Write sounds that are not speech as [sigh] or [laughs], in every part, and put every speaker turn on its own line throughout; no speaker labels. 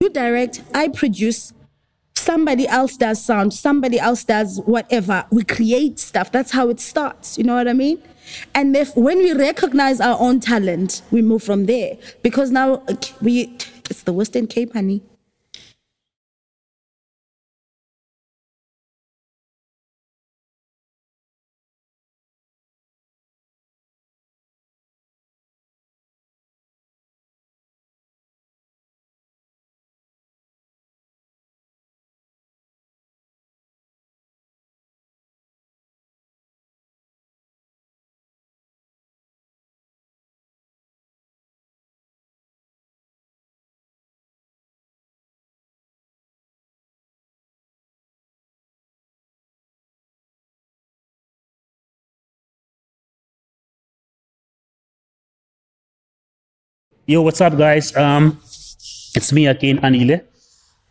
You direct, I produce, somebody else does sound, somebody else does whatever. We create stuff. That's how it starts. You know what I mean? And if, when we recognize our own talent, we move from there. Because now okay, we, it's the Western Cape, honey.
Yo, what's up, guys? Um, it's me again, Anile.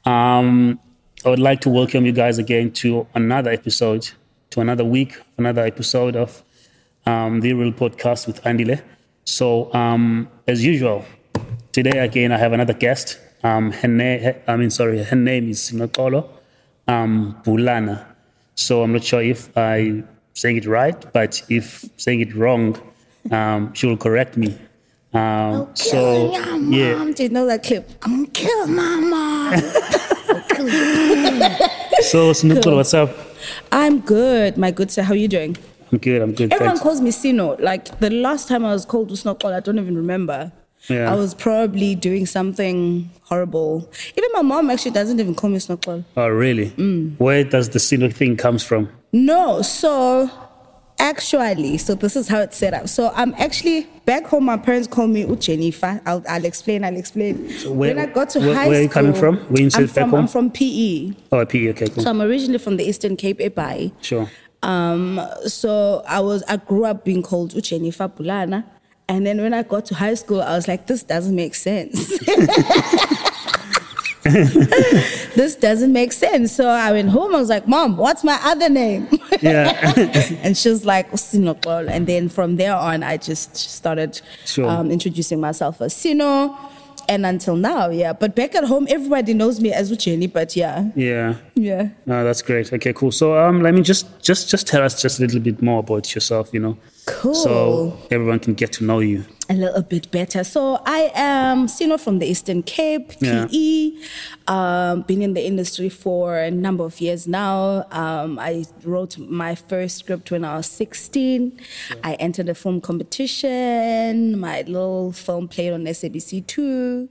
Um, I would like to welcome you guys again to another episode, to another week, another episode of um, the Real Podcast with Andile. So, um, as usual, today again I have another guest. Um, her name, I mean, sorry, her name is Nokolo um, Bulana. So I'm not sure if I'm saying it right, but if saying it wrong, um, she will correct me. Um, so yeah,
Mom, do you know that clip? I'm gonna kill mama.
so Snukolo, what's up?
[laughs] I'm good, my good sir. How are you doing?
I'm good. I'm good.
Everyone
thanks.
calls me Sino. Like the last time I was called Usnokol, I don't even remember.
Yeah.
I was probably doing something horrible. Even my mom actually doesn't even call me Snokol.
Oh, really?
Mm.
Where does the Sino thing comes from?
No, so actually, so this is how it's set up. So I'm actually back home. My parents call me Uchenifa. I'll, I'll explain. I'll explain.
where-
when I got to
where-
high
where are you
school,
coming from? Where you
I'm
said back
from,
home?
I'm from PE.
Oh, P. Okay, cool.
So I'm originally from the Eastern Cape, Epai.
sure.
Um, so I was I grew up being called Uchenifa Bulana. And then when I got to high school, I was like, this doesn't make sense. [laughs] this doesn't make sense. So I went home. I was like, Mom, what's my other name?
Yeah.
[laughs]
[laughs]
and she was like, Sinokol. And then from there on, I just started
Sure.
um, introducing myself as Sino. And until now, yeah. But back at home, everybody knows me as Ucheni. But yeah,
yeah.
yeah.
No, that's great. Okay, cool. So, um, let me just just just tell us just a little bit more about yourself. You know,
Cool.
so everyone can get to know you.
a little bit better. So I am Sino from the Eastern Cape,
Yeah.
PE. Um, been in the industry for a number of years now. Um, I wrote my first script when I was 16. I entered a film competition. My little film played on SABC 2.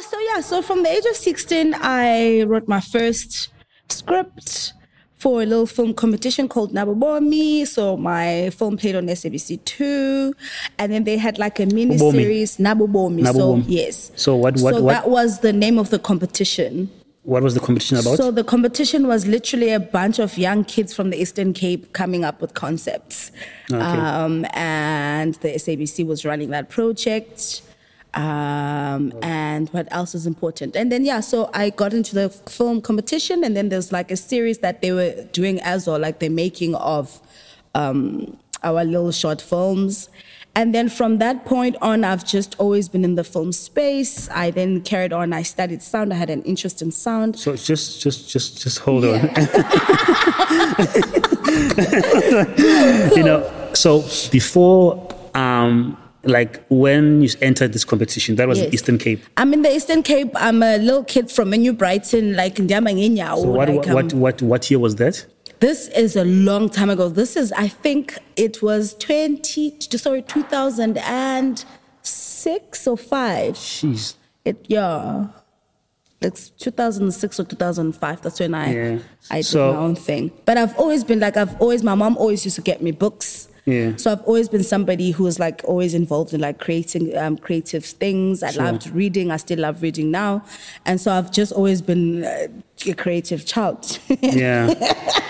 So yeah, so from the age of 16, I wrote my first script for a little film competition called Nabobomi. So my film played on SABC 2. And then they had like a mini series, Nabobomi. So
Nabobomi.
yes.
So what- what-
so
what-
that was the name of the competition.
What was the competition about?
So the competition was literally a bunch of young kids from the Eastern Cape coming up with concepts. Um, and the SABC was running that project. Um, and what else is important? And then, yeah, so I got into the film competition, and then there's like a series that they were doing as well, like the making of um, our little short films. And then from that point on, I've just always been in the film space. I then carried on. I studied sound. I had an interest in sound.
So just, just, just, just hold [laughs] on. you know, so before, um, like when you entered this competition, that was
Yes.
the Eastern Cape.
I'm in the Eastern Cape. I'm a little kid from a New Brighton, like Ndiamanginyao.
So what,
like, um,
what, what, what year was that?
This is a long time ago. This is, I think, it was 20, sorry, 2006 or five.
Jeez.
It yeah, it's 2006 or 2005. That's when I
Yeah.
I did
So-
my own thing. But I've always been like I've always my mom always used to get me books.
Yeah.
So I've always been somebody who was like always involved in like creating um, creative things. I loved reading. I still love reading now, and so I've just always been uh, a creative child. [laughs]
Yeah.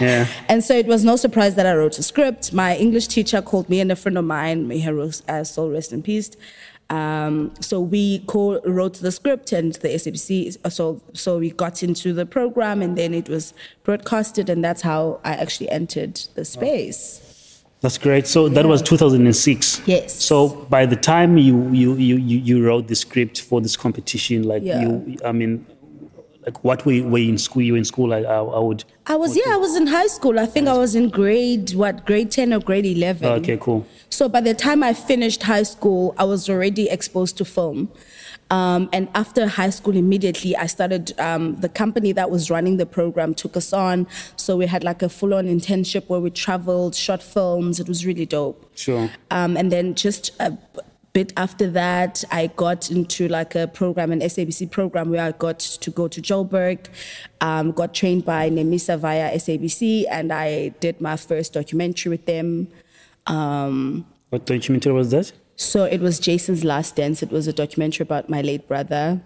yeah.
And so it was no surprise that I wrote a script. My English teacher called me and a friend of mine, may her ros- uh, soul rest in peace. Um, so we co- wrote the script and the SABC. So so we got into the program and then it was broadcasted and that's how I actually entered the space.
That's great. So that was 2006.
Yes.
So by the time you you you you you wrote the script for this competition, like
Yeah.
you, I mean, like what were you, were you in school? You were in school. Like I, I would.
I was yeah, I was in high school. I think I was in grade what, grade ten or grade eleven.
uh, Okay, cool.
So by the time I finished high school, I was already exposed to film. Um, and after high school, immediately I started. Um, the company that was running the program took us on, so we had like a full-on internship where we traveled, shot films. It was really dope.
Sure.
Um, and then just a b- bit after that, I got into like a program, an SABC program, where I got to go to Joburg, um, got trained by Nemisa via SABC, and I did my first documentary with them.
What documentary was that?
So it was Jason's Last Dance. It was a documentary about my late brother.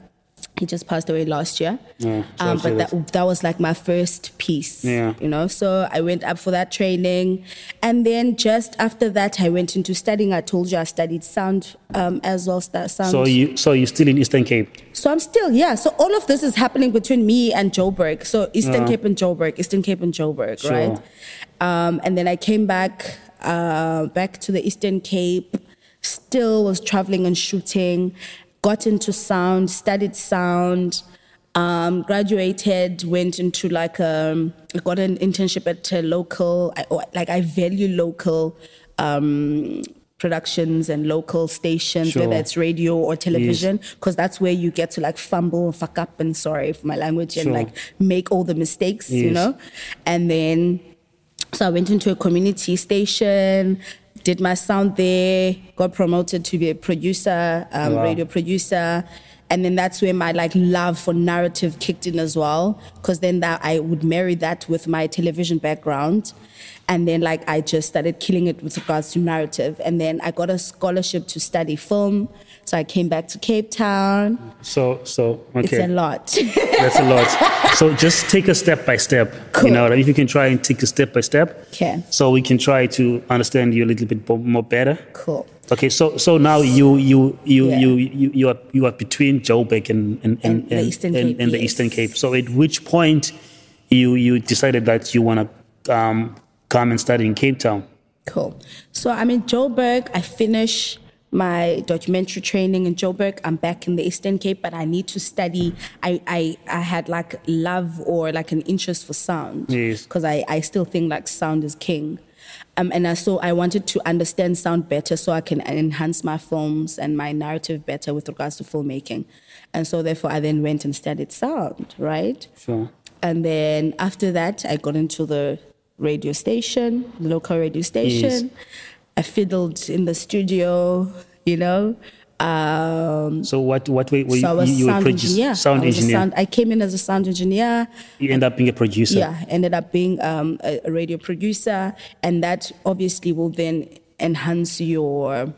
He just passed away last year.
Yeah, so
um,
I've
but
heard.
that, that was like my first piece.
Yeah.
You know, so I went up for that training. And then just after that, I went into studying. I told you I studied sound um, as well. St- sound.
So you so you're still in Eastern Cape.
So I'm still, yeah. So all of this is happening between me and Joburg. So Eastern Cape and Joburg, Eastern Cape and Joburg,
Sure.
right? Um, and then I came back, uh, back to the Eastern Cape, still was traveling and shooting, got into sound, studied sound, um, graduated, went into like, um, I got an internship at a local, I, or, like I value local, um, productions and local stations,
Sure.
whether it's radio or television because that's where you get to like fumble fuck up and sorry for my language and
Sure.
like make all the mistakes you
Yes.
know and then so i went into a community station did my sound there got promoted to be a producer um,
Wow.
radio producer and then that's where my like love for narrative kicked in as well because then that i would marry that with my television background and then like i just started killing it with regards to narrative and then i got a scholarship to study film so i came back to cape town
So so
it's
okay.
a lot [laughs]
That's a lot. so just take a step by step.
Cool.
You know, if you can try and take a step by step.
Okay.
So we can try to understand you a little bit bo- more better.
cool
Okay, so so now you you you
Yeah.
you, you you are you are between Joburg and and and,
And the Eastern
and,
Cape,
and the
yes.
Eastern Cape. So at which point you you decided that you want to um, come and study in Cape Town?
Cool. So I'm in Joburg. I finish my documentary training in Joburg. I'm back in the Eastern Cape, but I need to study. I, I, I had like love or like an interest for sound.
Yes.
Because I, I still think like sound is king. Um, and I, so I wanted to understand sound better so I can enhance my films and my narrative better with regards to filmmaking. And so therefore I then went and studied sound, right?
Sure.
And then after that, I got into the radio station, the local radio station. I fiddled in the studio, you know. Um,
So what what way were
so I
you,
was
you were
sound
produce,
engineer.
sound
I was a
engineer?
sound- I came in as a sound engineer.
you end up being a producer.
Yeah, ended up being um, a, a radio producer, and that obviously will then enhance your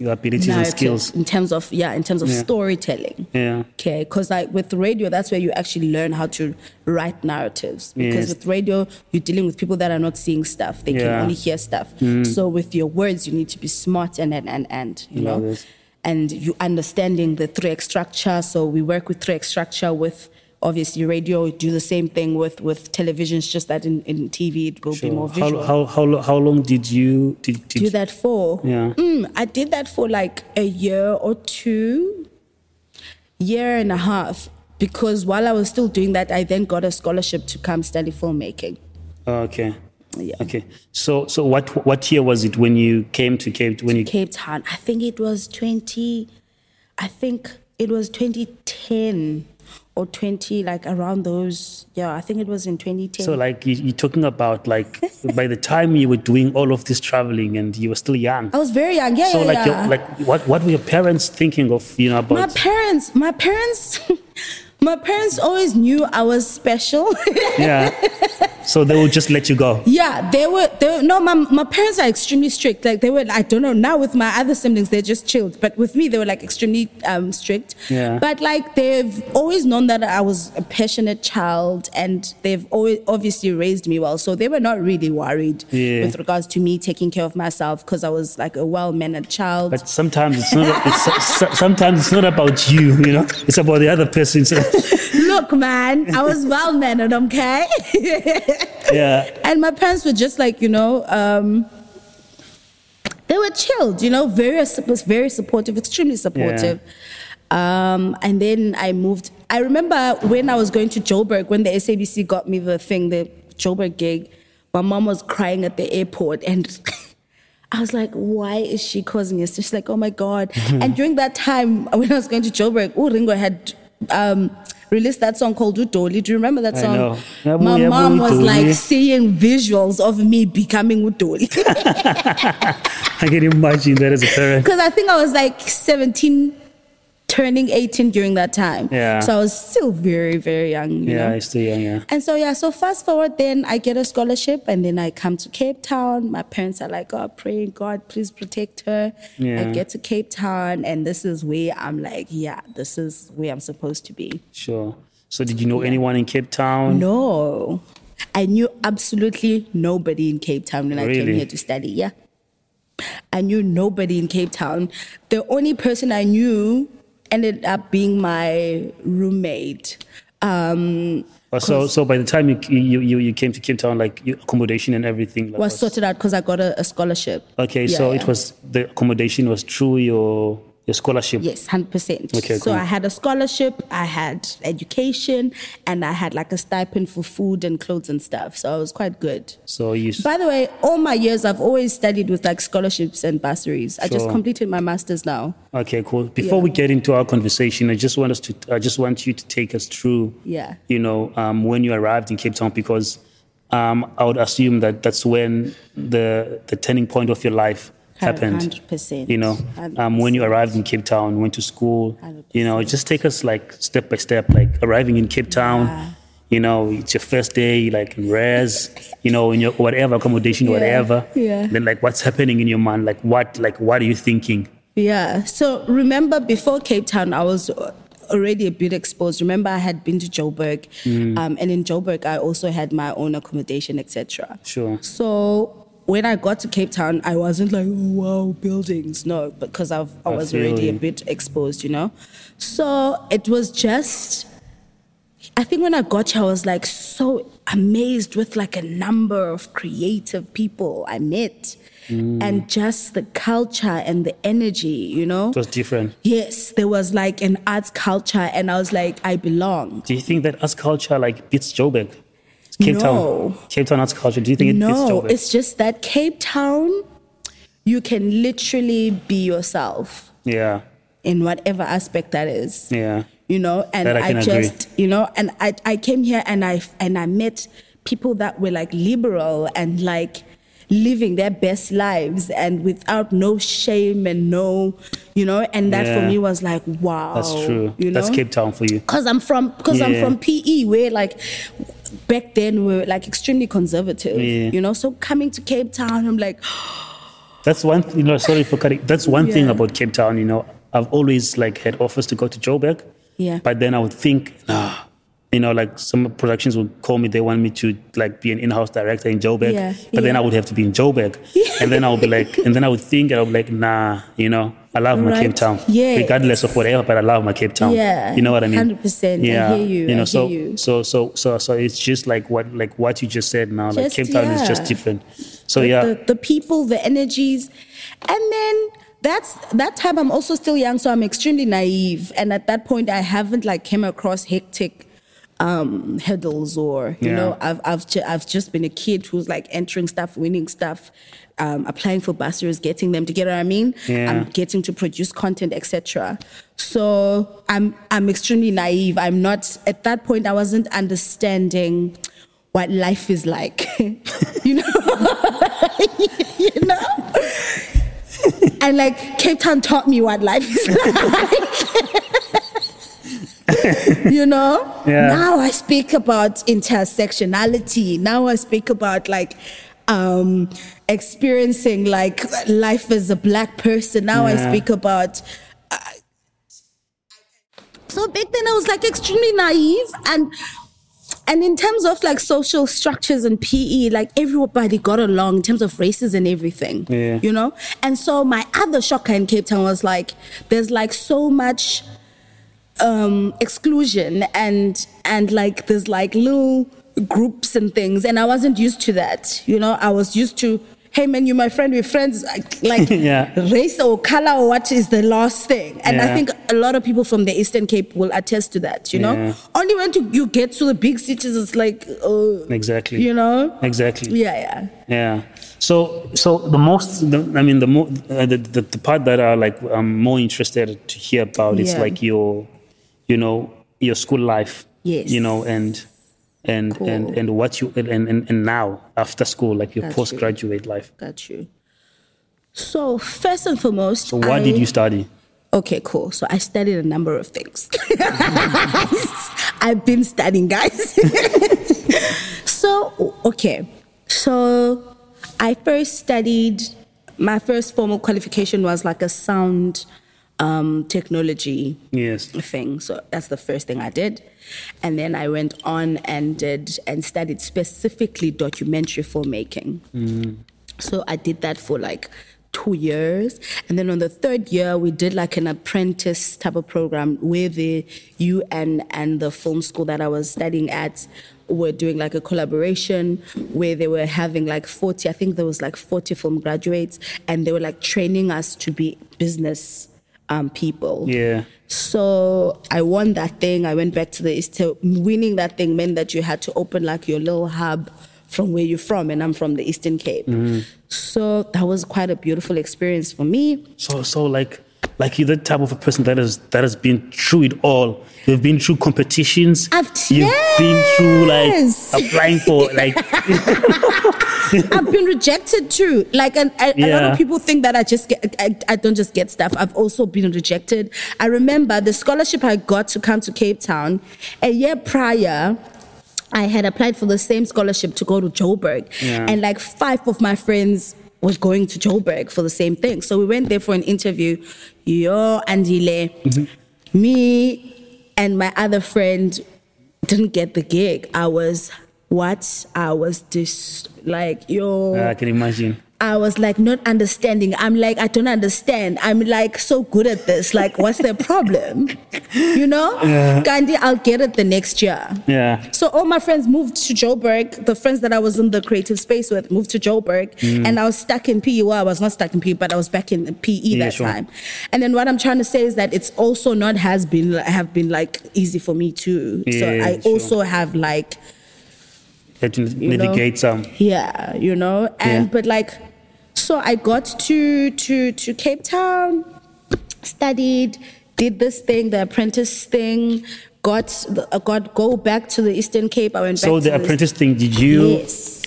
Your abilities and
narrative
skills.
in terms of yeah, in terms of
Yeah.
storytelling.
Yeah.
Okay, because like with radio, that's where you actually learn how to write narratives. Because
Yes.
with radio, you're dealing with people that are not seeing stuff; they can
Yeah. Mm.
only hear stuff. So with your words, you need to be smart and and and and you
Love
know,
it.
and you understanding the three X structure. So we work with three X structure with obviously radio. We do the same thing with with television. It's just that in, in TV it will be more
How,
visual.
how how lo- how long did you did, did
do that for?
Yeah.
Mm, I did that for like a year or two, year and a half. Because while I was still doing that, I then got a scholarship to come study filmmaking.
Oh, Okay.
Yeah.
Okay. So so what what year was it when you came to Cape when you
Cape Town. I think it was 20, I think it was 2010 or 20, like around those. Yeah, I think it was in 2010.
so like you, you're talking about
[laughs]
like by the time you were doing all of this traveling and you were still young.
I was very young. Yeah,
So
yeah, Oh,
like
yeah.
your, like what what were your parents thinking of you know
my
about
parents, my parents, [laughs] my parents always knew I was special. [laughs]
yeah. So they will just let you go.
Yeah, they were. They were, no, my my parents are extremely strict. Like they were. I don't know now with my other siblings, they're just chilled. But with me, they were like extremely um, strict.
Yeah.
But like they've always known that I was a passionate child, and they've always obviously raised me well. So they were not really worried
Yeah.
with regards to me taking care of myself because I was like a well-mannered child.
But sometimes it's not it's, [laughs] so- so- sometimes it's not about you, you know. It's about the other person.
[laughs]
So,
Look, man, I was well-mannered. Okay.
yeah.
and my parents were just like you know um they were chilled, you know, very sup- very supportive, extremely supportive. Um, and then I moved. I remember when I was going to Joburg, when the SABC got me the thing, the Joburg gig, my mom was crying at the airport and. [laughs] I was like, why is she causing this? She's like, oh my God. and during that time, when I was going to Joburg, oh, Ringo had um, released that song called Udoli. Do you remember that
I
song?
know. Yabu,
My
yabu,
mom was
Udoli.
like seeing visuals of me becoming Udoli.
I can imagine that as a
[laughs]
parent.
Because I think I was like 17, turning 18 during that time.
Yeah.
So I was still very, very young, you
Yeah,
know.
it's still young, yeah.
And so yeah, so fast forward then I get a scholarship and then I come to Cape Town. My parents are like, Oh, praying God, please protect her.
Yeah.
I get to Cape Town and this is where I'm like, yeah, this is where I'm supposed to be.
Sure. So did you know anyone in Cape Town?
No. I knew absolutely nobody in Cape Town when I
Really?
came here to study. Yeah. I knew nobody in Cape Town. The only person I knew ended up being my roommate. Um,
Uh, So, so by the time you you, you, you came to Cape Town, like your accommodation and everything like,
was sorted out because I got a, a scholarship.
okay.
Yeah,
so
yeah.
it was the accommodation was through your your scholarship.
Yes, 100%.
Okay,
so
cool.
I had a scholarship, I had education, and I had like a stipend for food and clothes and stuff. So I was quite good.
So you
By the way, all my years I've always studied with like scholarships and bursaries. I just
Sure.
completed my masters now.
okay? Cool. Before
Yeah.
we get into our conversation, I just want us to I just want you to take us through.
Yeah.
You know, um, when you arrived in Cape Town, because um, I would assume that that's when the the turning point of your life happened.
100%.
You know, um, when you arrived in Cape Town, went to school. You know, just take us like step by step, like arriving in Cape Town.
Yeah.
You know, it's your first day, like in res. You know, in your whatever accommodation, whatever.
yeah.
Then like, what's happening in your mind? Like, what? Like, what are you thinking?
Yeah. So remember, before Cape Town, I was already a bit exposed. Remember, I had been to Joburg,
Mm.
um, and in Joburg, I also had my own accommodation, etc.
Sure.
So when I got to Cape Town, I wasn't like, oh, wow, buildings. No, because I've, I
I
was
feel
already a
you.
bit exposed, you know? So it was just, I think when I got here, I was like so amazed with like a number of creative people I met
Mm.
and just the culture and the energy, you know?
It was different.
Yes, there was like an arts culture, and I was like, I belong.
Do you think that us culture like beats Joburg? It's Cape
No.
Town. Cape Town us culture. Do you think it beats
no,
Joburg?
it's just that Cape Town, you can literally be yourself
yeah.
in whatever aspect that is,
Yeah.
you know. And
That I
I,
can agree.
just, you know, and I, I came here and I and I met people that were like liberal and like living their best lives and without no shame and no, you know. And that for
Yeah.
me was like, wow,
That's true.
Oh, You know,
That's Cape Town for you.
because I'm from because I'm
Yeah.
from PE where like back then we were like extremely conservative,
Yeah.
you know. So coming to Cape Town, I'm like,
That's one. Th- you know, sorry for cutting. That's one thing
Yeah.
about Cape Town. You know, I've always like had offers to go to Joburg.
Yeah.
But then I would think, ah, you know, like some productions would call me. They want me to like be an in-house director in Joburg.
Yeah,
But then
yeah.
I would have to be in
[laughs]
Joburg. and then I would be like, and then I would think, and I would be like, nah, you know, I love my Cape
Right.
Town.
Yes.
Regardless of whatever, but I love my Cape Town.
Yeah,
You know what I mean?
100%. I
Yeah.
hear you, I
know,
hear
so
you.
so so so so it's just like what like what you just said now. like
Just-
Cape Town is just
yeah.
different. So Oh, yeah.
the, the people, the energies, and then that's that time I'm also still young, so I'm extremely naive, and at that point I haven't like came across hectic um hurdles or you
Yeah.
know I've I've ju- I've just been a kid who's like entering stuff, winning stuff, um, applying for bursaries, getting them. Do you get what I mean?
Yeah.
I'm getting to produce content, etc. So I'm I'm extremely naive. I'm not at that point. I wasn't understanding what life is like. [laughs] you know, [laughs] you know. And like Cape Town taught me what life
[laughs]
is like. [laughs] you know?
Yeah.
Now I speak about intersectionality. Now I speak about like um experiencing like life as a black person. Now I
Yeah.
speak about uh, so back then I was like extremely naive and and in terms of like social structures and PE, like everybody got along in terms of races and everything.
Yeah.
You know? And so my other shocker in Cape Town was like, there's like so much um exclusion and and like there's like little groups and things. And I wasn't used to that. You know, I was used to hey man, you're my friend, we're friends.
[laughs]
Like,
Yeah.
race or color or what is the last thing. And I
Yeah.
think a lot of people from the Eastern Cape will attest to that, you know?
Yeah.
Only when to, you get to the big cities, it's like, uh,
Exactly.
you know?
Exactly.
Yeah, yeah.
Yeah. So, so the most, the, I mean, the, mo- uh, the, the the part that I like, I'm more interested to hear about is
Yeah.
like your, you know, your school life.
Yes.
You know, and and and
Cool.
and what you and and, and now after school, like your
Got you.
postgraduate life.
Got you. So, first and foremost,
So, what
I-
did you study?
Okay, cool. So I studied a number of things. [laughs] I've been studying, guys. [laughs] so, okay. So I first studied, my first formal qualification was like a sound um, technology
Yes.
thing. So that's the first thing I did. And then I went on and did and studied specifically documentary filmmaking. So I did that for like two years. And then on the third year, we did like an apprentice type of program where the UN and the film school that I was studying at were doing like a collaboration where they were having like 40, I think there was like 40 film graduates, and they were like training us to be business um, people.
Yeah.
So I won that thing. I went back to the East. Cape. Winning that thing meant that you had to open like your little hub from where you're from, and I'm from the Eastern Cape.
Mm-hmm.
So that was quite a beautiful experience for me. [coughs]
So, so like, like you're the type of a person that has that has been through it all. You've been through competitions.
I've-
You've been through
Yes.
like applying for like
[laughs] I've been rejected too. Like, and a, a lot
Yeah.
of people think that I just get, I, I don't just get stuff. I've also been rejected. I remember the scholarship I got to come to Cape Town a year prior. I had applied for the same scholarship to go to Joburg,
Yeah.
and like five of my friends was going to Joburg for the same thing. So we went there for an interview. Yo, Andile, me, and my other friend didn't get the gig. I was what? I was dis like yo.
I can imagine.
I was like not understanding. I'm like, I don't understand. I'm like so good at this. Like, what's the problem? You know? Gandhi, I'll get it the next year.
Yeah.
So all my friends moved to Joburg. The friends that I was in the creative space with moved to Joburg,
Mm.
and I was stuck in PE. Well, I was not stuck in PE, but I was back in PE
Yeah,
that
sure.
time. And then what I'm trying to say is that it's also not has been have been like easy for me too. so
Yeah,
I
sure.
also have like
had to
you know?
navigate some.
yeah you know and
Yeah.
but like so i got to to to cape town studied did this thing the apprentice thing got the, uh, got go back to the eastern cape i went
So
back
the
to this-
apprentice thing, did you,
yes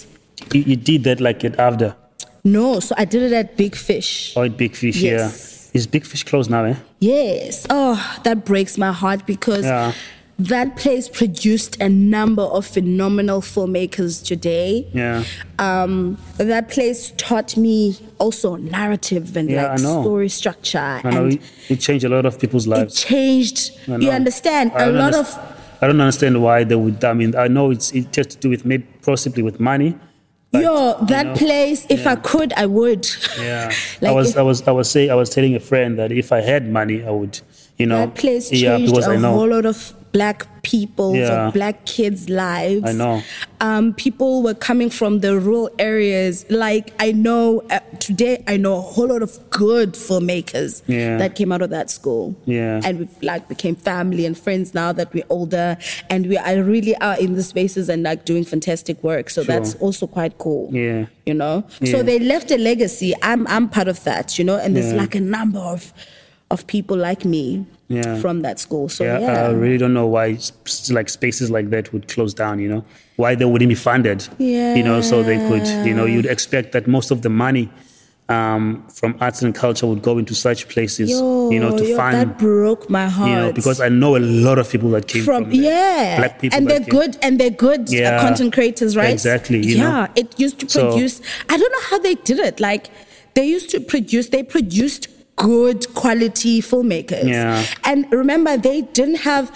you you did that like at Avda
no so i did it at big fish
or at Big Fish?
Yes.
Yeah. Is Big Fish closed now? Eh?
yes oh that breaks my heart because
Yeah.
that place produced a number of phenomenal filmmakers today
Yeah.
um, that place taught me also narrative and
Yeah, I
like
know.
story structure
I know
and
it, it changed a lot of people's
it
lives.
changed
I
you
know.
understand
I
a
don't
lot
underst-
of
I don't understand why they would. I mean, I know it's it has to do with maybe possibly with money. but,
yo
you
that
know,
place if i
yeah.
could i would
Yeah. I
[laughs] like
was
if
I was I was saying I was telling a friend that if I had money, I would. You know.
that place
yeah,
changed
because
a
I know.
whole lot of black people's
Yeah.
or black kids lives
I know.
um, people were coming from the rural areas like i know uh, today i know a whole lot of good filmmakers
Yeah.
that came out of that school
Yeah.
and we've like became family and friends now that we're older and we are really are in the spaces and like doing fantastic work so that's
Sure.
also quite cool
Yeah.
you know
Yeah.
so they left a legacy i'm i'm part of that you know and there's
Yeah.
like a number of of people like me
Yeah.
from that school so
Yeah,
yeah,
I really don't know why s- like spaces like that would close down. You know, why they wouldn't be funded. You know, so they could. You know, you'd expect that most of the money um, from arts and culture would go into such places.
Yo,
you know, to
yo,
fund.
that broke my heart
you know, because I know a lot of people that came from,
from
there,
yeah
black people,
and
that
they're
came-
good and they're good uh,
Yeah.
content creators right
Exactly, you
yeah
know.
it used to
So-
produce i don't know how they did it like they used to produce they produced good quality filmmakers
Yeah.
and remember they didn't have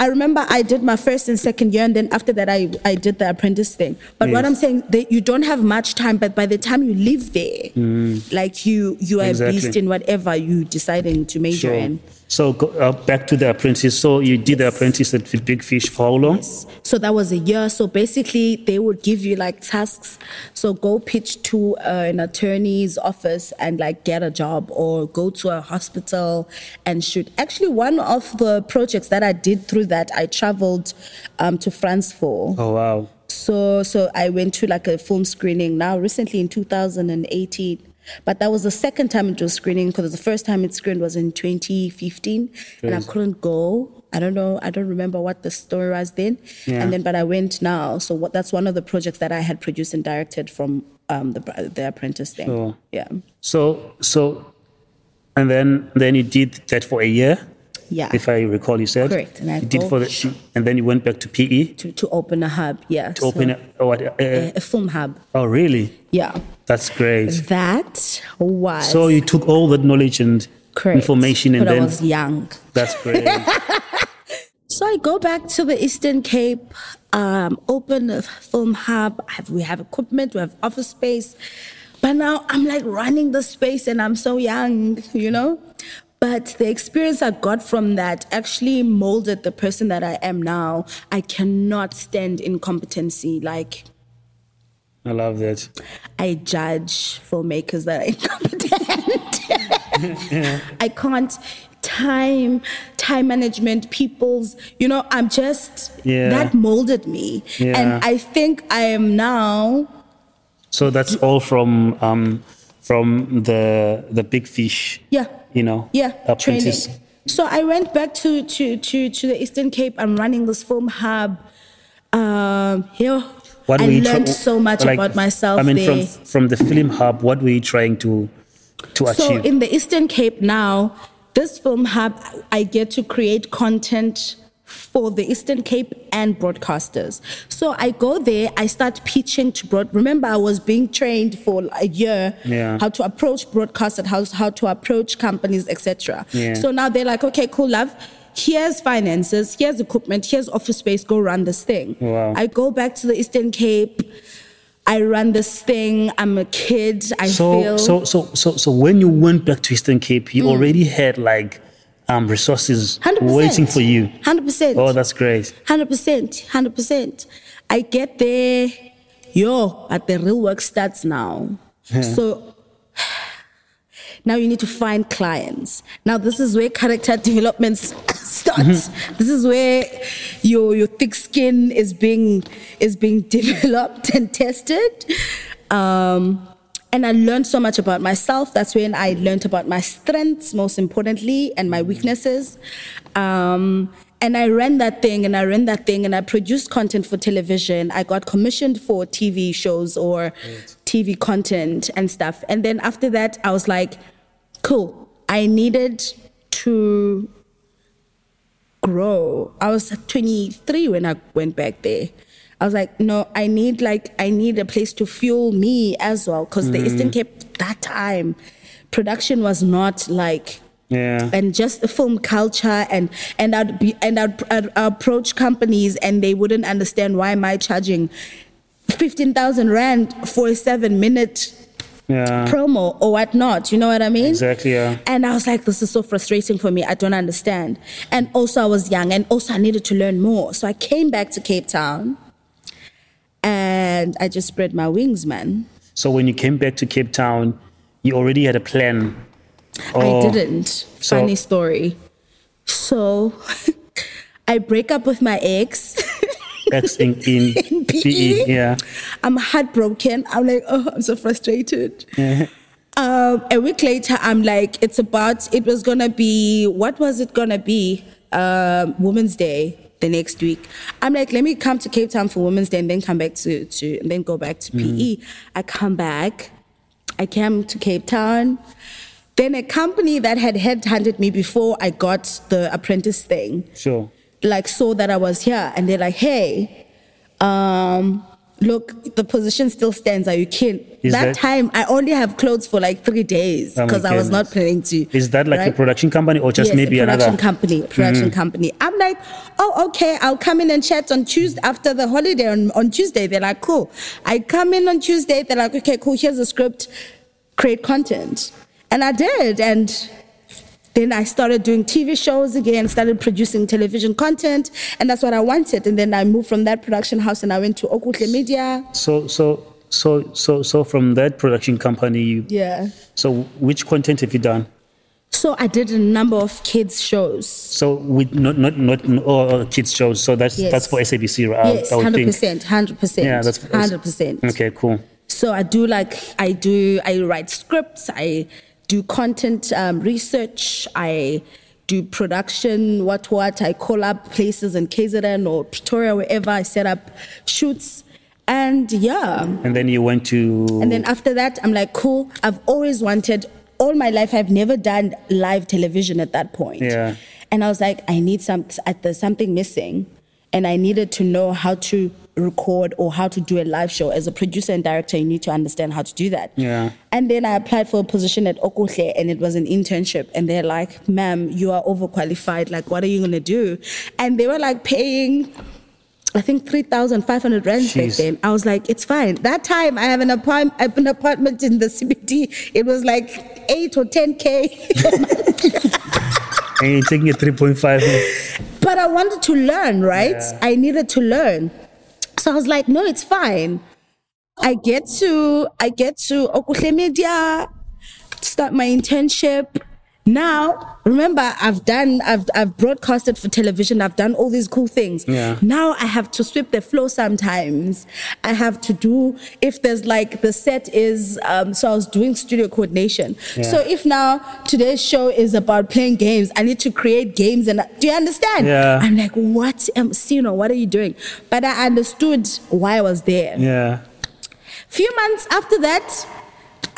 I remember I did my first and second year, and then after that, I, I did the apprentice thing. But what
Yes.
I'm saying, that you don't have much time. But by the time you live there, like you you are a
Mm. Exactly.
beast in whatever you deciding to major
Sure.
in.
So go, uh, back to the apprentice. So you did the apprentice at the Big Fish for how long?
So that was a year. So basically, they would give you like tasks. So go pitch to uh, an attorney's office and like get a job, or go to a hospital and shoot. Actually, one of the projects that I did through that, I traveled um, to France for.
Oh wow!
So so I went to like a film screening now recently in 2018. But that was the second time it was screening because the first time it screened was in 2015 and I
Crazy.
couldn't go. I don't know. I don't remember what the story was then.
Yeah.
And then, but I went now. So what, that's one of the projects that I had produced and directed from um, the, Br- the Apprentice thing.
Sure.
Yeah.
So so, and then then you did that for a year,
Yeah.
if I recall. You said
Correct, and I
you did for the, and then you went back to PE
to, to open a hub. Yeah.
to open a, oh, what, uh,
a, a film hub.
oh really?
Yeah.
That's great.
That was
So you took all that knowledge and
correct.
information and
but
then
I was young. [laughs]
that's great.
So I go back to the Eastern Cape, um, open a film hub. I have, we have equipment, we have office space. But now I'm like running the space and I'm so young, you know? But the experience I got from that actually molded the person that I am now. I cannot stand incompetency. Like,
I love that.
I judge filmmakers that are incompetent. [laughs] I can't time time management people's you know i'm just
Yeah.
that molded me
Yeah.
and i think i am now
So that's all from um, from the the big fish.
Yeah.
You know.
yeah training
Apprentice.
so i went back to to to to the eastern cape i'm running this film hub um here
What
i
were you try-
learned so much
like,
about myself
I mean,
there.
from from the film hub, what were you trying to to
So
achieve?
in the Eastern Cape now, this film hub, I get to create content for the Eastern Cape and broadcasters. So I go there, I start pitching to broad. Remember, I was being trained for a year
Yeah.
how to approach broadcasters, how, how to approach companies, etc.
Yeah.
So now they're like, okay, cool, love. Here's finances, here's equipment, here's office space, go run this thing.
Wow.
I go back to the Eastern Cape, I run this thing, I'm a kid, I
so,
feel.
so so so so when you went back to Eastern Cape,
Mm.
you already had like um, resources
100%.
waiting for you.
100%.
Oh, that's great.
100%. 100%. I get there. Yo, but the real work starts now. So now you need to find clients. Now this is where character development starts.
Mm-hmm.
This is where your your thick skin is being is being [laughs] developed and tested. Um, and I learned so much about myself. That's when I learned about my strengths, most importantly, and my weaknesses. Um, and I ran that thing and I ran that thing and I produced content for television. I got commissioned for TV shows or TV content and stuff. And then after that, I was like, cool, I needed to grow. I was 23 when I went back there. I was like, no, I need like I need a place to fuel me as well because the Eastern Cape that time production was not like
Yeah.
and just the film culture and and I'd be and I'd, I'd approach companies and they wouldn't understand why am I charging fifteen thousand rand for a seven minute
Yeah.
promo or whatnot. You know what I mean?
Uh-huh. Exactly, yeah.
And I was like, this is so frustrating for me. I don't understand. And also, I was young, and also I needed to learn more. So I came back to Cape Town, and I just spread my wings, man.
So when you came back to Cape Town, you already had a plan. Oh,
I didn't.
So-
Funny story. So [laughs] I break up with my ex. [laughs]
Ex in, in,
In E? PE?
PE, Yeah.
I'm heartbroken. I'm like, oh, I'm so frustrated. um, a week later, I'm like, it's about, it was gonna be, what was it gonna be? Um, Women's Day the next week. I'm like, let me come to Cape Town for Women's Day and then come back to, to and then go back to PE. I come back. I came to Cape Town. Then a company that had headhunted me before I got the apprentice thing
Sure.
like saw that I was here and they're like, hey, um, look, the position still stands. Are you keen?
Is
that,
that-
time, I only have clothes for like three days
Oh my
because I was not planning to.
Is that like a
right?
production company or just
Yes,
maybe
a production
another? Mm.
company, production company. I'm like, oh, okay, I'll come in and chat on Tuesday after the holiday on, on Tuesday. They're like, cool. I come in on Tuesday. They're like, okay, cool. Here's the script. Create content, and I did, and Then I started doing TV shows again, started producing television content, and that's what I wanted. And then I moved from that production house and I went to Okutle Media.
So so so so so from that production company. You,
Yeah.
So which content have you done?
So I did a number of kids shows.
So with not not not all kids shows. So that's
Yes.
that's for SABC, right? I-
yes,
I would
hundred
think.
percent, hundred percent.
Yeah, that's
hundred percent.
Okay, cool.
So I do like I do I write scripts, I do content um, research, I do production, what what I call up places in KZN or Pretoria wherever I set up shoots, and yeah.
And then you went to
And then after that, I'm like, cool. I've always wanted all my life. I've never done live television at that point.
Yeah.
And I was like, I need some. I- There's something missing, and I needed to know how to record or how to do a live show. As a producer and director, you need to understand how to do that.
Yeah.
And then I applied for a position at Okuhle, and it was an internship. And they're like, "Ma'am, you are overqualified. Like, what are you gonna do?" And they were like paying. I think 3,500 rands back
Jeez.
then. I was like, it's fine. That time I have an, appoint- I have an apartment in the CBD. It was like 8 or 10K.
and you're taking a three point five.
but I wanted to learn, right?
Yeah.
I needed to learn. So I was like, no, it's fine. I get to I get to Okuhle Media, start my internship. Now, remember, I've done I've I've broadcasted for television, I've done all these cool things.
Yeah.
Now I have to sweep the floor sometimes. I have to do if there's like the set is um so I was doing studio coordination. So if now today's show is about playing games, I need to create games and do you understand?
Yeah.
I'm like, what am Sino, what are you doing? But I understood why I was there
Yeah.
few months after that,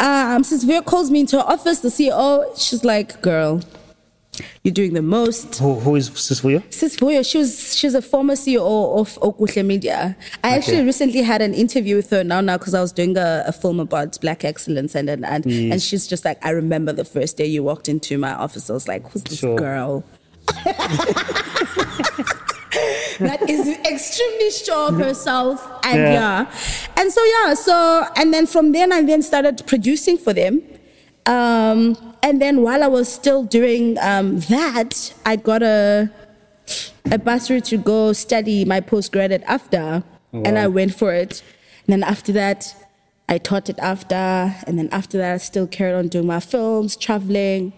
um, since Vera calls me into her office, the CEO, she's like, "Girl, you're doing the most."
Who who is this for you?
Sis Vuyo, she was she's a former CEO of Okuhle Media. I actually recently had an interview with her now now because I was doing a, a film about black excellence and and and, and she's just like, I remember the first day you walked into my office, I was like, Who's this
Sure.
girl? that is extremely sure of herself and
Yeah.
yeah. and so yeah so and then from then i then started producing for them um, and then while i was still doing um, that i got a a bursary to go study my postgraduate after and
Wow.
i went for it and then after that i taught it after and then after that i still carried on doing my films traveling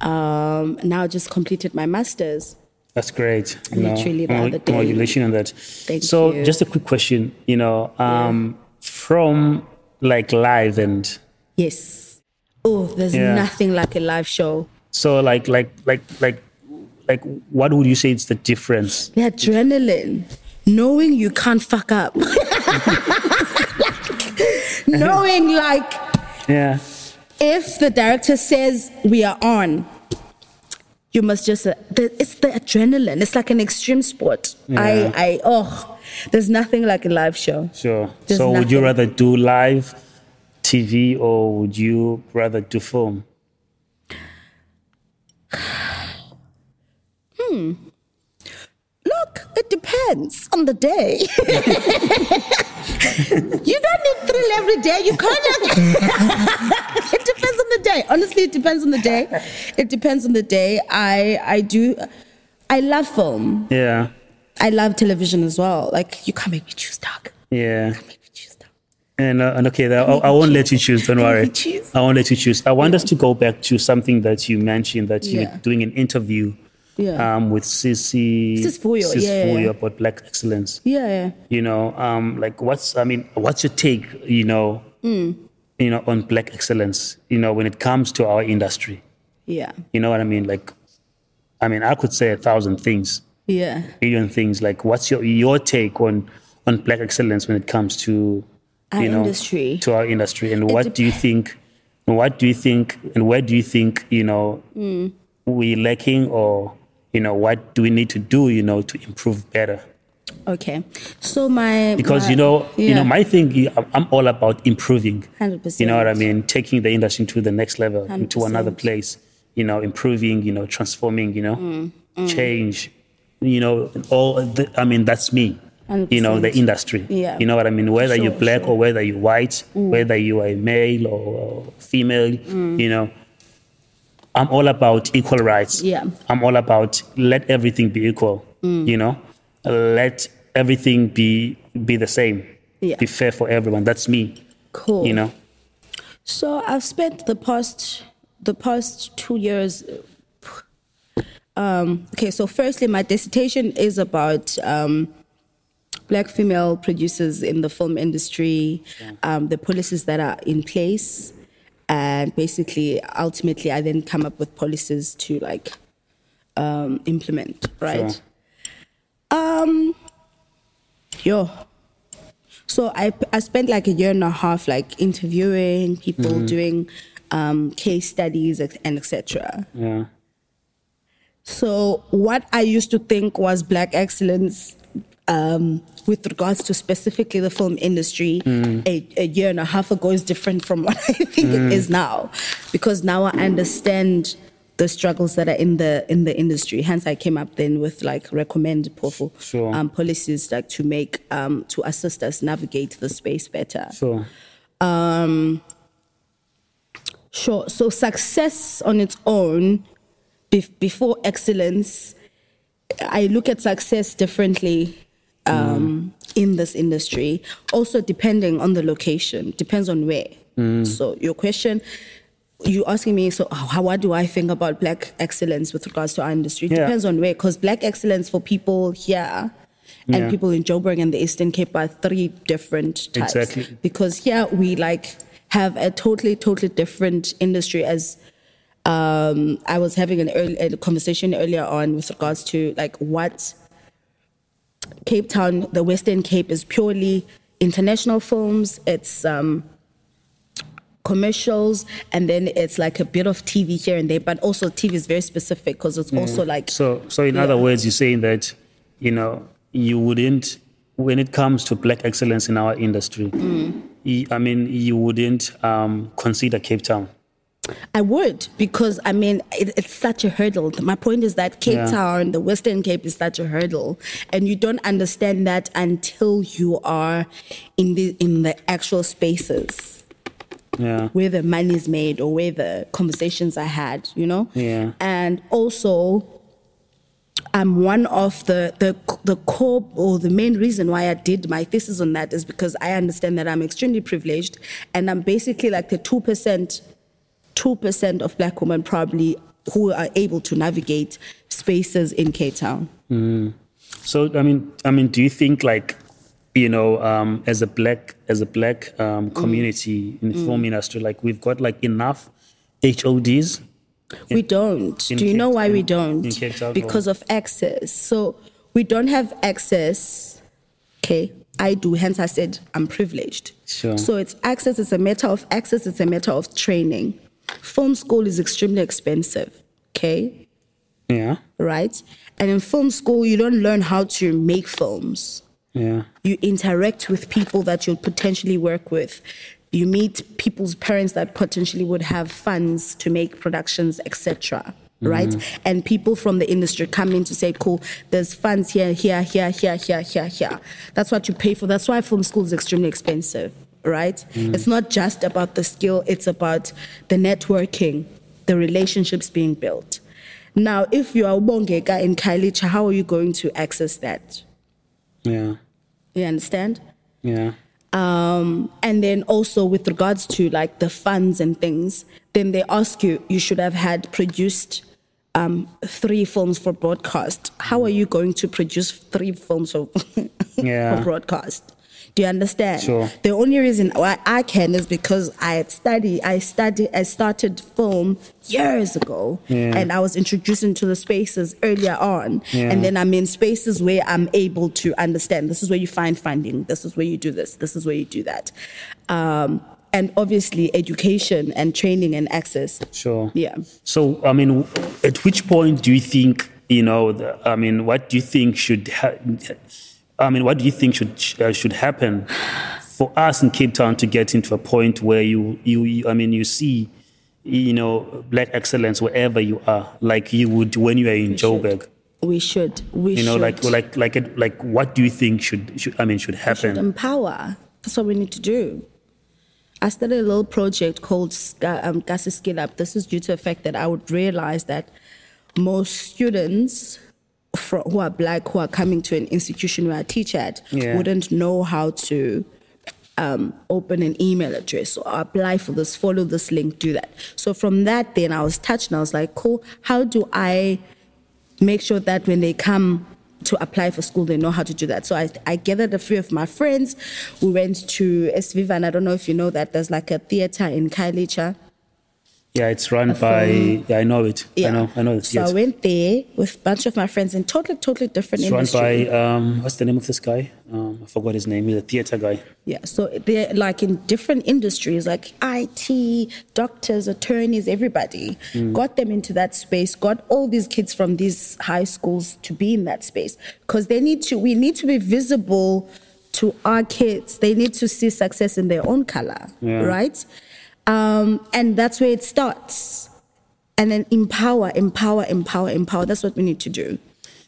um, now just completed my master's
That's great. you know.
Literally the
Congra-
other day.
Congratulations on that.
Thank
so
you.
just a quick question, you know, um, from like live and
Yes. Oh, there's
Yeah.
nothing like a live show.
so like like like like like what would you say is the difference?
The adrenaline, knowing you can't fuck up, [laughs] knowing like
Yeah.
if the director says we are on, you must just. Uh, the, it's the adrenaline. It's like an extreme sport.
Yeah.
I, I, oh, there's nothing like a live show.
Sure.
There's
so would you
nothing.
rather do live TV or would you rather do film?
Look, it depends on the day. [laughs] you don't need thrill every day. You can't. [laughs] it depends on the day. Honestly, it depends on the day. It depends on the day. I I do. I love film.
Yeah.
I love television as well. Like you can't make me choose dog.
Yeah.
Make me choose dog.
And, uh, and okay, I, I won't let you choose. Don't
Let
worry.
me choose.
I won't let you choose. I want us to go back to something that you mentioned that you're
Yeah.
doing an interview
Yeah.
um, with Sisi
Sis Fuyo, yeah, yeah.
about Black excellence.
Yeah, yeah.
You know, um, like what's I mean, what's your take? You know,
Hmm.
you know, on Black excellence. You know, when it comes to our industry.
Yeah.
You know what I mean? Like, I mean, I could say a thousand things,
Yeah.
million things. Like, what's your your take on on Black excellence when it comes to
Our
you know,
industry.
to our industry and what do you
dep-
think and what do you think and where do you think you know
Hmm.
we lacking or you know what do we need to do you know to improve better
Okay. So my
because
my-
you know you
yeah.
know my thing you- I'm- i'm all about improving
100%.
you know what i mean taking the industry to the next level into another
100%.
place you know improving you know transforming you know change you know all the, i mean that's me you know the
100%.
industry
Yeah.
you know what i mean whether you're
Sure,
black
sure. Mm.
or whether you're white whether you are male or female you know I'm all about equal rights.
Yeah. Mm.
I'm all about let everything be equal. You know, let everything be be the same.
Yeah.
Be fair for everyone. That's me.
Cool.
You know.
So I've spent the past the past two years. Um, okay, so firstly, my dissertation is about um, black female producers in the film industry, um, the policies that are in place, and basically, ultimately, I then come up with policies to like um, implement. Right.
Sure.
Um. Yo, so I, I spent like a year and a half like interviewing people, doing um, case studies ex- and etc.
Yeah.
So what I used to think was black excellence um, with regards to specifically the film industry a, a year and a half ago is different from [laughs] what I think it is now, because now I understand the struggles that are in the in the industry. Hence, I came up then with like recommend Pofu
Sure.
um, policies like to make um, to assist us navigate the space better.
Sure.
Sure. So success on its own, bef before excellence, I look at success differently um,
Mm.
in this industry. Also, depending on the location, depends on where.
Mm.
So your question. You asking me, so oh, how, what do I think about black excellence with regards to our industry?
Yeah.
Depends on where, because black excellence for people here and
Yeah.
people in Joburg and the Eastern Cape are three different types.
Exactly.
Because here we like have a totally, totally different industry as um, I was having an early, a conversation earlier on with regards to like what Cape Town, the Western Cape is purely international films. It's um, commercials and then it's like a bit of TV here and there, but also TV is very specific because it's also like
So, so in other
Yeah.
words, you're saying that, you know, you wouldn't, when it comes to black excellence in our industry,
Mm.
y- I mean, you wouldn't um, consider Cape Town.
I would because I mean it, it's such a hurdle. My point is that Cape
Yeah.
Town, the Western Cape, is such a hurdle, and you don't understand that until you are in the in the actual spaces
Yeah.
where the money is made or where the conversations are had. You know.
Yeah.
And also, I'm one of the the the core or the main reason why I did my thesis on that is because I understand that I'm extremely privileged, and I'm basically like the two percent two percent of black women probably who are able to navigate spaces in Cape Town.
So, I mean, I mean, do you think like, you know, um, as a black, as a black um,
Mm.
community in the film industry, like we've got like enough HODs?
we don't.
in
Do you know
Cape-
why we
in-
don't?
in Cape Town,
because of access. So we don't have access. Okay, I do. Hence, I said I'm privileged.
Sure.
So it's access. It's a matter of access. It's a matter of training. Film school is extremely expensive. Okay
Yeah.
right? And in film school, you don't learn how to make films.
Yeah.
You interact with people that you'll potentially work with. You meet people's parents that potentially would have funds to make productions, etc. Right? And people from the industry come in to say, cool, there's funds here, here, here, here, here, here, here. That's what you pay for. That's why film school is extremely expensive, right? It's not just about the skill, it's about the networking, the relationships being built. Now, if you are Bongeka in Kailicha, how are you going to access that?
Yeah.
You understand?
Yeah.
Um, and then also with regards to like the funds and things, then they ask you, you should have had produced um, three films for broadcast. How are you going to produce three films for, [laughs]
Yeah.
for broadcast? Do you understand?
Sure.
The only reason why I can is because I had study, I studied, I started film years ago,
Yeah.
and I was introduced into the spaces earlier on,
Yeah.
and then I'm in spaces where I'm able to understand. This is where you find funding. This is where you do this. This is where you do that. Um, and obviously, education and training and access.
Sure.
Yeah.
So, I mean, w- at which point do you think, you know, the, I mean, what do you think should, ha- I mean, what do you think should sh- uh, should happen for us in Cape Town to get into a point where you, you, you, I mean, you see, you know, black excellence wherever you are, like you would when you are in Joburg.
We should. We
You know,
should.
like, like, like, it- like, what do you think should, should I mean, should
should
happen?
empower. That's what we need to do. I started a little project called Sca- um, Gasa Skill Up. This is due to the fact that I would realize that most students fro- who are black who are coming to an institution where I teach at
Yeah.
wouldn't know how to um, open an email address or apply for this, follow this link, do that. So from that, then I was touched and I was like, cool, how do I make sure that when they come to apply for school, they know how to do that. So I, I gathered a few of my friends. We went to SViva, and I don't know if you know that there's like a theater in Kailicha.
Yeah, it's run by. Yeah, I know it. I know. I know it's
So
yes.
I went there with a bunch of my friends in totally, totally different
It's run
industry.
by. Um, what's the name of this guy? Um, I forgot his name. He's a theater guy.
Yeah, so they're like in different industries, like IT, doctors, attorneys, everybody.
Mm.
Got them into that space. Got all these kids from these high schools to be in that space because they need to. We need to be visible to our kids. They need to see success in their own color,
Yeah.
right? Um, and that's where it starts. And then empower, empower, empower, empower. That's what we need to do.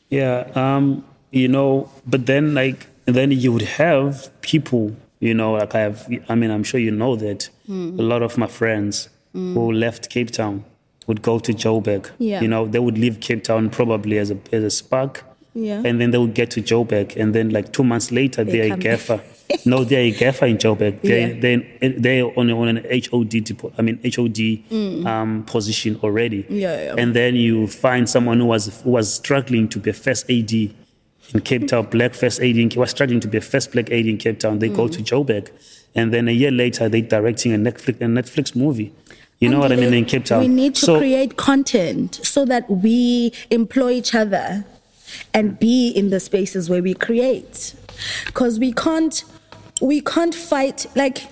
Yeah, um, you know, but then like then you would have people, you know, like I have. I mean, I'm sure you know that a lot of my friends who left Cape Town would go to Joburg.
Yeah.
You know, they would leave Cape Town probably as a as a spark.
Yeah.
And then they would get to Joburg, and then like two months later, they are a
come.
gaffer. no, they are a gaffer in Joburg. They
Yeah.
they they are on, on an HOD depo- I mean HOD um, position already.
Mm. Yeah, yeah.
And then you find someone who was who was struggling to be a first AD in
[laughs]
Cape Town, black first AD in, was struggling to be a first black AD in Cape Town. They
Mm.
go to Joburg, and then a year later they directing a Netflix a Netflix movie. You know what I mean in Cape Town.
We need to
so,
create content so that we employ each other and be in the spaces where we create. Because we can't, we can't fight. Like,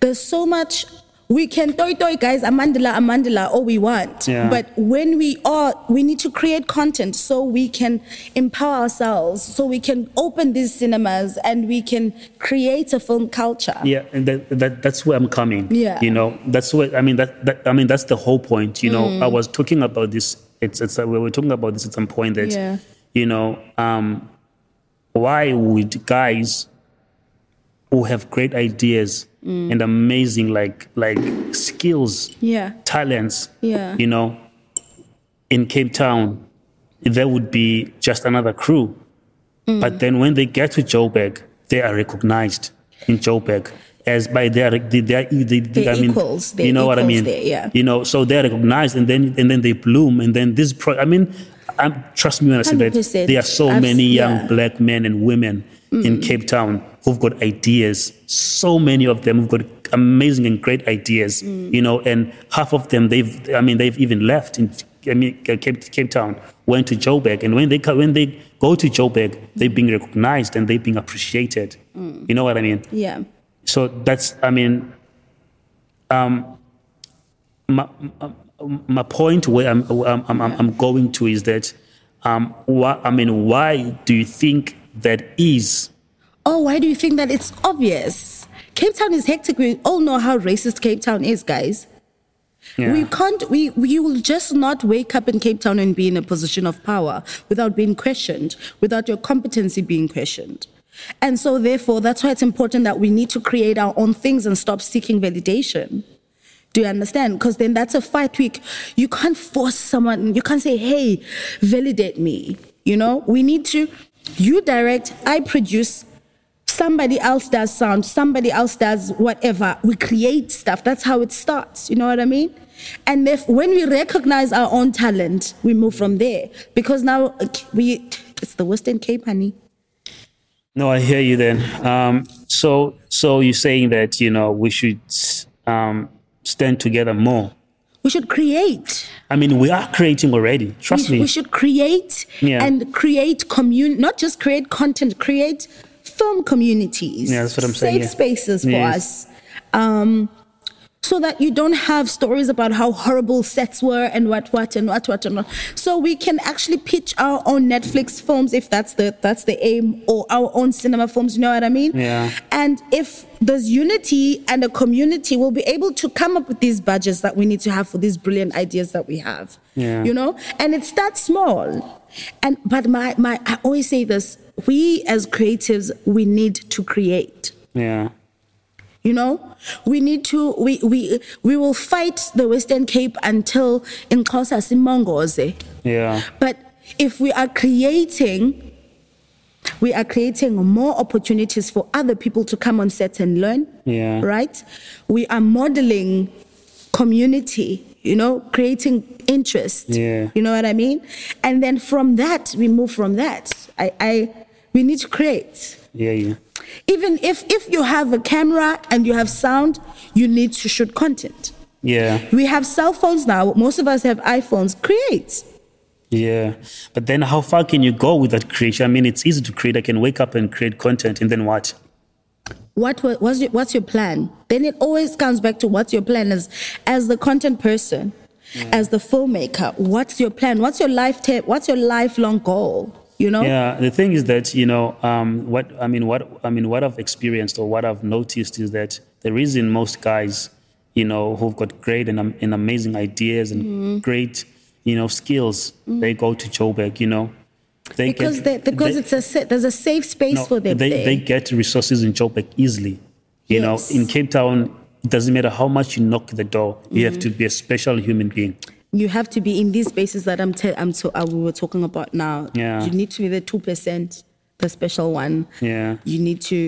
there's so much. We can toy toy guys, amandala, amandala, all we want.
Yeah.
But when we are, we need to create content so we can empower ourselves, so we can open these cinemas and we can create a film culture.
yeah, and that, that that's where I'm coming.
Yeah.
you know that's where I mean that, that I mean that's the whole point. You know,
Mm-hmm.
I was talking about this. It's it's we were talking about this at some point that
Yeah.
you know um, why would guys who have great ideas
Mm.
and amazing like like skills
Yeah.
talents,
Yeah.
you know, in Cape Town, there would be just another crew. But then when they get to Joburg, they are recognized in Joburg as by their they, they, they,
They're
I mean,
equals. They're
You know what I
equals
mean?
there, yeah.
You know, so they're recognized and then and then they bloom and then this pro. I mean, I'm, trust me when I say that
100%.
there are so
I've-
many young
yeah. Mm-hmm.
black men and women in Cape Town who've got ideas. So many of them have got amazing and great ideas,
Mm.
you know, and half of them, they've, I mean, they've even left in, I mean, uh, Cape, Cape Town, went to Joburg. And when they, co- when they go to Joburg, they're being recognized and they're being appreciated.
Mm.
You know what I mean?
Yeah.
so that's i mean um my my- my point where i'm i'm i'm, I'm going to is that um why i mean why do you think that is
Oh, why do you think that it's obvious? Cape Town is hectic. We all know how racist Cape Town is, guys.
yeah.
We can't, we, we will just not wake up in Cape Town and be in a position of power without being questioned, without your competency being questioned. And so, therefore, that's why it's important that we need to create our own things and stop seeking validation. Do you understand? Because then that's a fight week. You can't force someone, you can't say, hey, validate me. You know, we need to, you direct, I produce, somebody else does sound, somebody else does whatever. We create stuff. That's how it starts. You know what I mean? And if when we recognize our own talent, we move from there. Because now uh, we it's the Western Cape, honey.
no i hear you then um so so you're saying that you know we should um stand together more
We should create.
i mean we are creating already trust
we,
me
we should create
Yeah.
and create commun not just create content create film communities
Yeah, that's what I'm saying,
safe
yeah.
spaces for
Yes.
us um, so that you don't have stories about how horrible sets were and what what and what what and what so we can actually pitch our own netflix films if that's the that's the aim or our own cinema films you know what i mean
Yeah.
and if there's unity and a community, we'll be able to come up with these budgets that we need to have for these brilliant ideas that we have.
Yeah.
You know? And it starts small. And but my my I always say this, we as creatives, we need to create.
yeah
You know, we need to, we, we, we will fight the Western Cape until in Simongoze.
Yeah.
But if we are creating, we are creating more opportunities for other people to come on set and learn.
Yeah.
Right? We are modeling community, you know, creating interest.
Yeah.
You know what I mean? And then from that, we move from that. I, I we need to create.
Yeah. Yeah.
Even if if you have a camera and you have sound, you need to shoot content.
Yeah.
We have cell phones now. Most of us have iPhones. Create.
Yeah. But then how far can you go with that creation? I mean, it's easy to create. I can wake up and create content and then what?
what wa- what's your, what's your plan then it always comes back to what's your plan as as the content person
Mm.
as the filmmaker what's your plan what's your life ta- what's your lifelong goal you know
Yeah, the thing is that you know um, what I mean. What I mean, what I've experienced or what I've noticed is that the reason most guys, you know, who've got great and, am- and amazing ideas and great, you know, skills, they go to Joburg. You know, they get-
because they, because it's a sa- there's a safe space
no,
for them
They,
there.
they get resources in Joburg easily. You
Yes.
know, in Cape Town, it doesn't matter how much you knock the door. You have to be a special human being.
you have to be in these spaces that I'm te- I'm to- uh, we were talking about now
Yeah.
you need to be the 2% the special one
Yeah.
you need to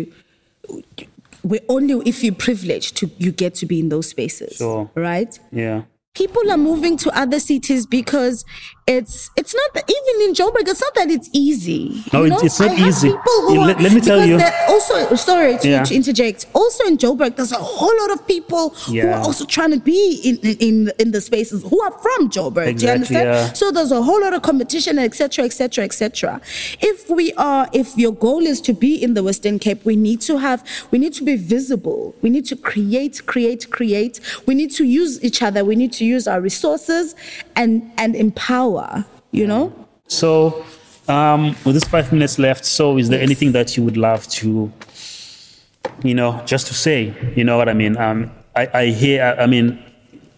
we only if you're privileged to you get to be in those spaces
Sure.
right
Yeah.
people are moving to other cities because it's it's not that, even in Joburg it's not that it's easy.
No,
you
it-
know?
it's not
I have
easy.
People who
Let-
are,
let me tell
because
you.
they're Also, sorry to,
Yeah.
to interject. Also in Joburg, there's a whole lot of people who
Yeah.
are also trying to be in in in the spaces who are from Joburg. do
Exactly,
you understand?
yeah.
So there's a whole lot of competition, etc., etc., etc. If we are, if your goal is to be in the Western Cape, we need to have, we need to be visible. We need to create, create, create. We need to use each other. We need to use our resources and and empower. You know,
So, um, with this five minutes left, so is there anything that you would love to, you know, just to say? You know what I mean? Um, I, I hear. I, I mean,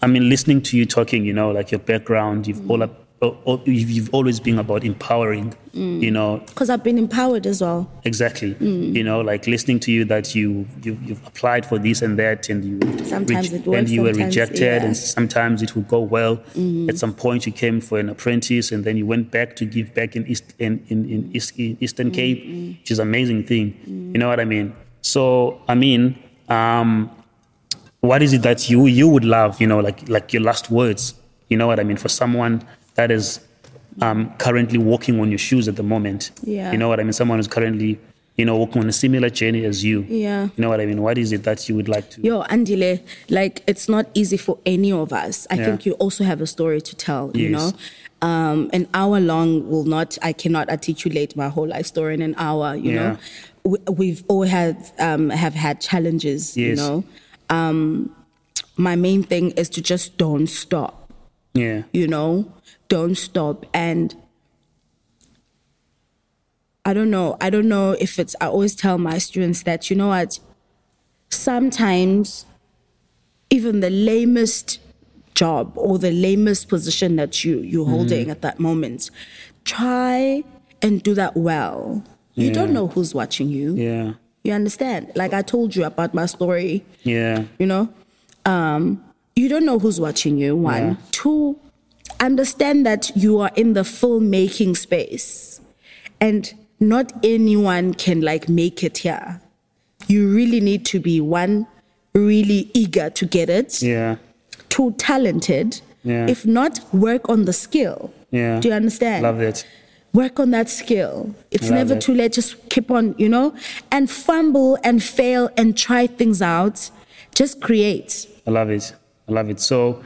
I mean, listening to you talking, you know, like your background, you've all, ab- all, all you've you've always been about empowering.
Mm.
You know,
because I've been empowered as well.
exactly.
Hmm.
You know, like listening to you that you, you you've applied for this and that, and you
Sometimes it works,
and you were
sometimes-
rejected, and
yeah. Hmm.
sometimes it would go well. At some point, you came for an apprentice, and then you went back to give back in East in in, in, East, in Eastern
Hmm.
Cape, which is an amazing thing. You know what I mean? So I mean, um, what is it that you you would love? You know, like like your last words. You know what I mean? For someone that is um, currently walking on your shoes at the moment.
Yeah.
You know what I mean? Someone who's currently you know walking on a similar journey as you.
Yeah.
You know what I mean? What is it that you would like to?
Yo, Andile, like it's not easy for any of us. I
Yeah.
think you also have a story to tell, you
Yes.
know. Um, an hour long will not, I cannot articulate my whole life story in an hour, you
Yeah.
know. We, we've all had, um, have had challenges, you
Yes.
know. Um, my main thing is to just don't stop
Yeah.
you know don't stop and i don't know i don't know if it's i always tell my students that you know what sometimes even the lamest job or the lamest position that you you're holding at that moment try and do that well you don't
Yeah.
know who's watching you
Yeah.
you understand like i told you about my story
Yeah.
you know um you don't know who's watching you one
Yeah.
two understand that you are in the filmmaking space and not anyone can like make it here you really need to be one really eager to get it
Yeah.
two talented
Yeah.
if not work on the skill
Yeah.
do you understand
Love that.
work on that skill. It's
Love
never
it.
too late. Just keep on, you know, and fumble and fail and try things out. Just create.
I love it. I love it. So,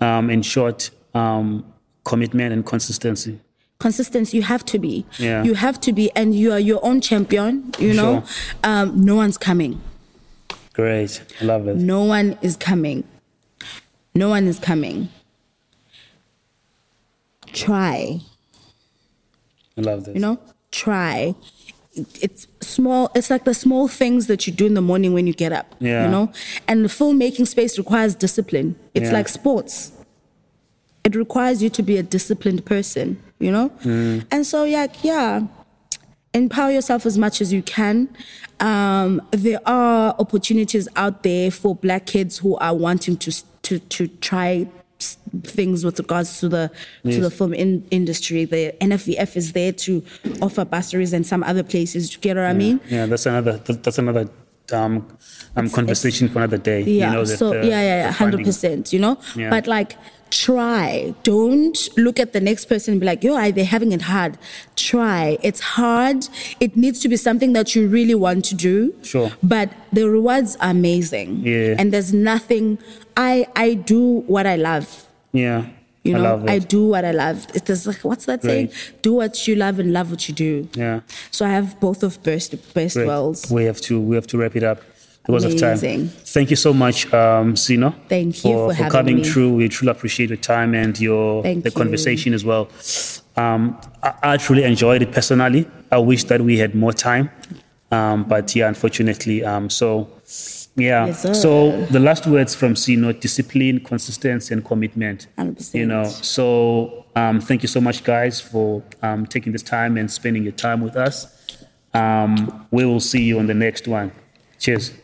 um, in short, um, commitment and consistency.
Consistency, you have to be.
Yeah.
You have to be, and you are your own champion, you know.
Sure.
Um, no one's coming.
Great. I love it.
No one is coming. No one is coming. Try.
I love that.
you know try It- it's small it's like the small things that you do in the morning when you get up
Yeah.
you know and the filmmaking space requires discipline it's
Yeah.
like sports it
Mm.
requires you to be a disciplined person you know and so yeah yeah empower yourself as much as you can. Um, there are opportunities out there for black kids who are wanting to s- to to try s- things with regards to the to the film in, industry. The NFVF is there to offer bursaries and some other places. You get what I mean?
Yeah, that's another th- that's another um, um conversation for another day.
Yeah.
you know, the-
so
the-
yeah, yeah, yeah,
the funding.
hundred percent. You know,
Yeah.
but like try. Don't look at the next person and be like, "Yo, I, they're having it hard." Try. It's hard. It needs to be something that you really want to do.
Sure.
But the rewards are amazing.
Yeah.
And there's nothing. I I do what I love.
Yeah,
You
I
know,
love it.
do what I love. It's just like what's that saying? Do what you love and love what you do.
yeah,
So I have both of best best
Great.
worlds.
We have to we have to wrap it up because of time.
Amazing.
Thank you so much, um, Sino.
Thank you for having
coming
me.
through. We truly appreciate your time and your
Thank
the
you.
conversation as well. Um, I, I truly enjoyed it personally. I wish that we had more time, um, but yeah, unfortunately. Um, so yeah.
Yes, sir.
so the last words from Sino: discipline, consistency, and commitment.
100%.
You know, so um, thank you so much, guys, for um, taking this time and spending your time with us. Um, we will see you on the next one. Cheers.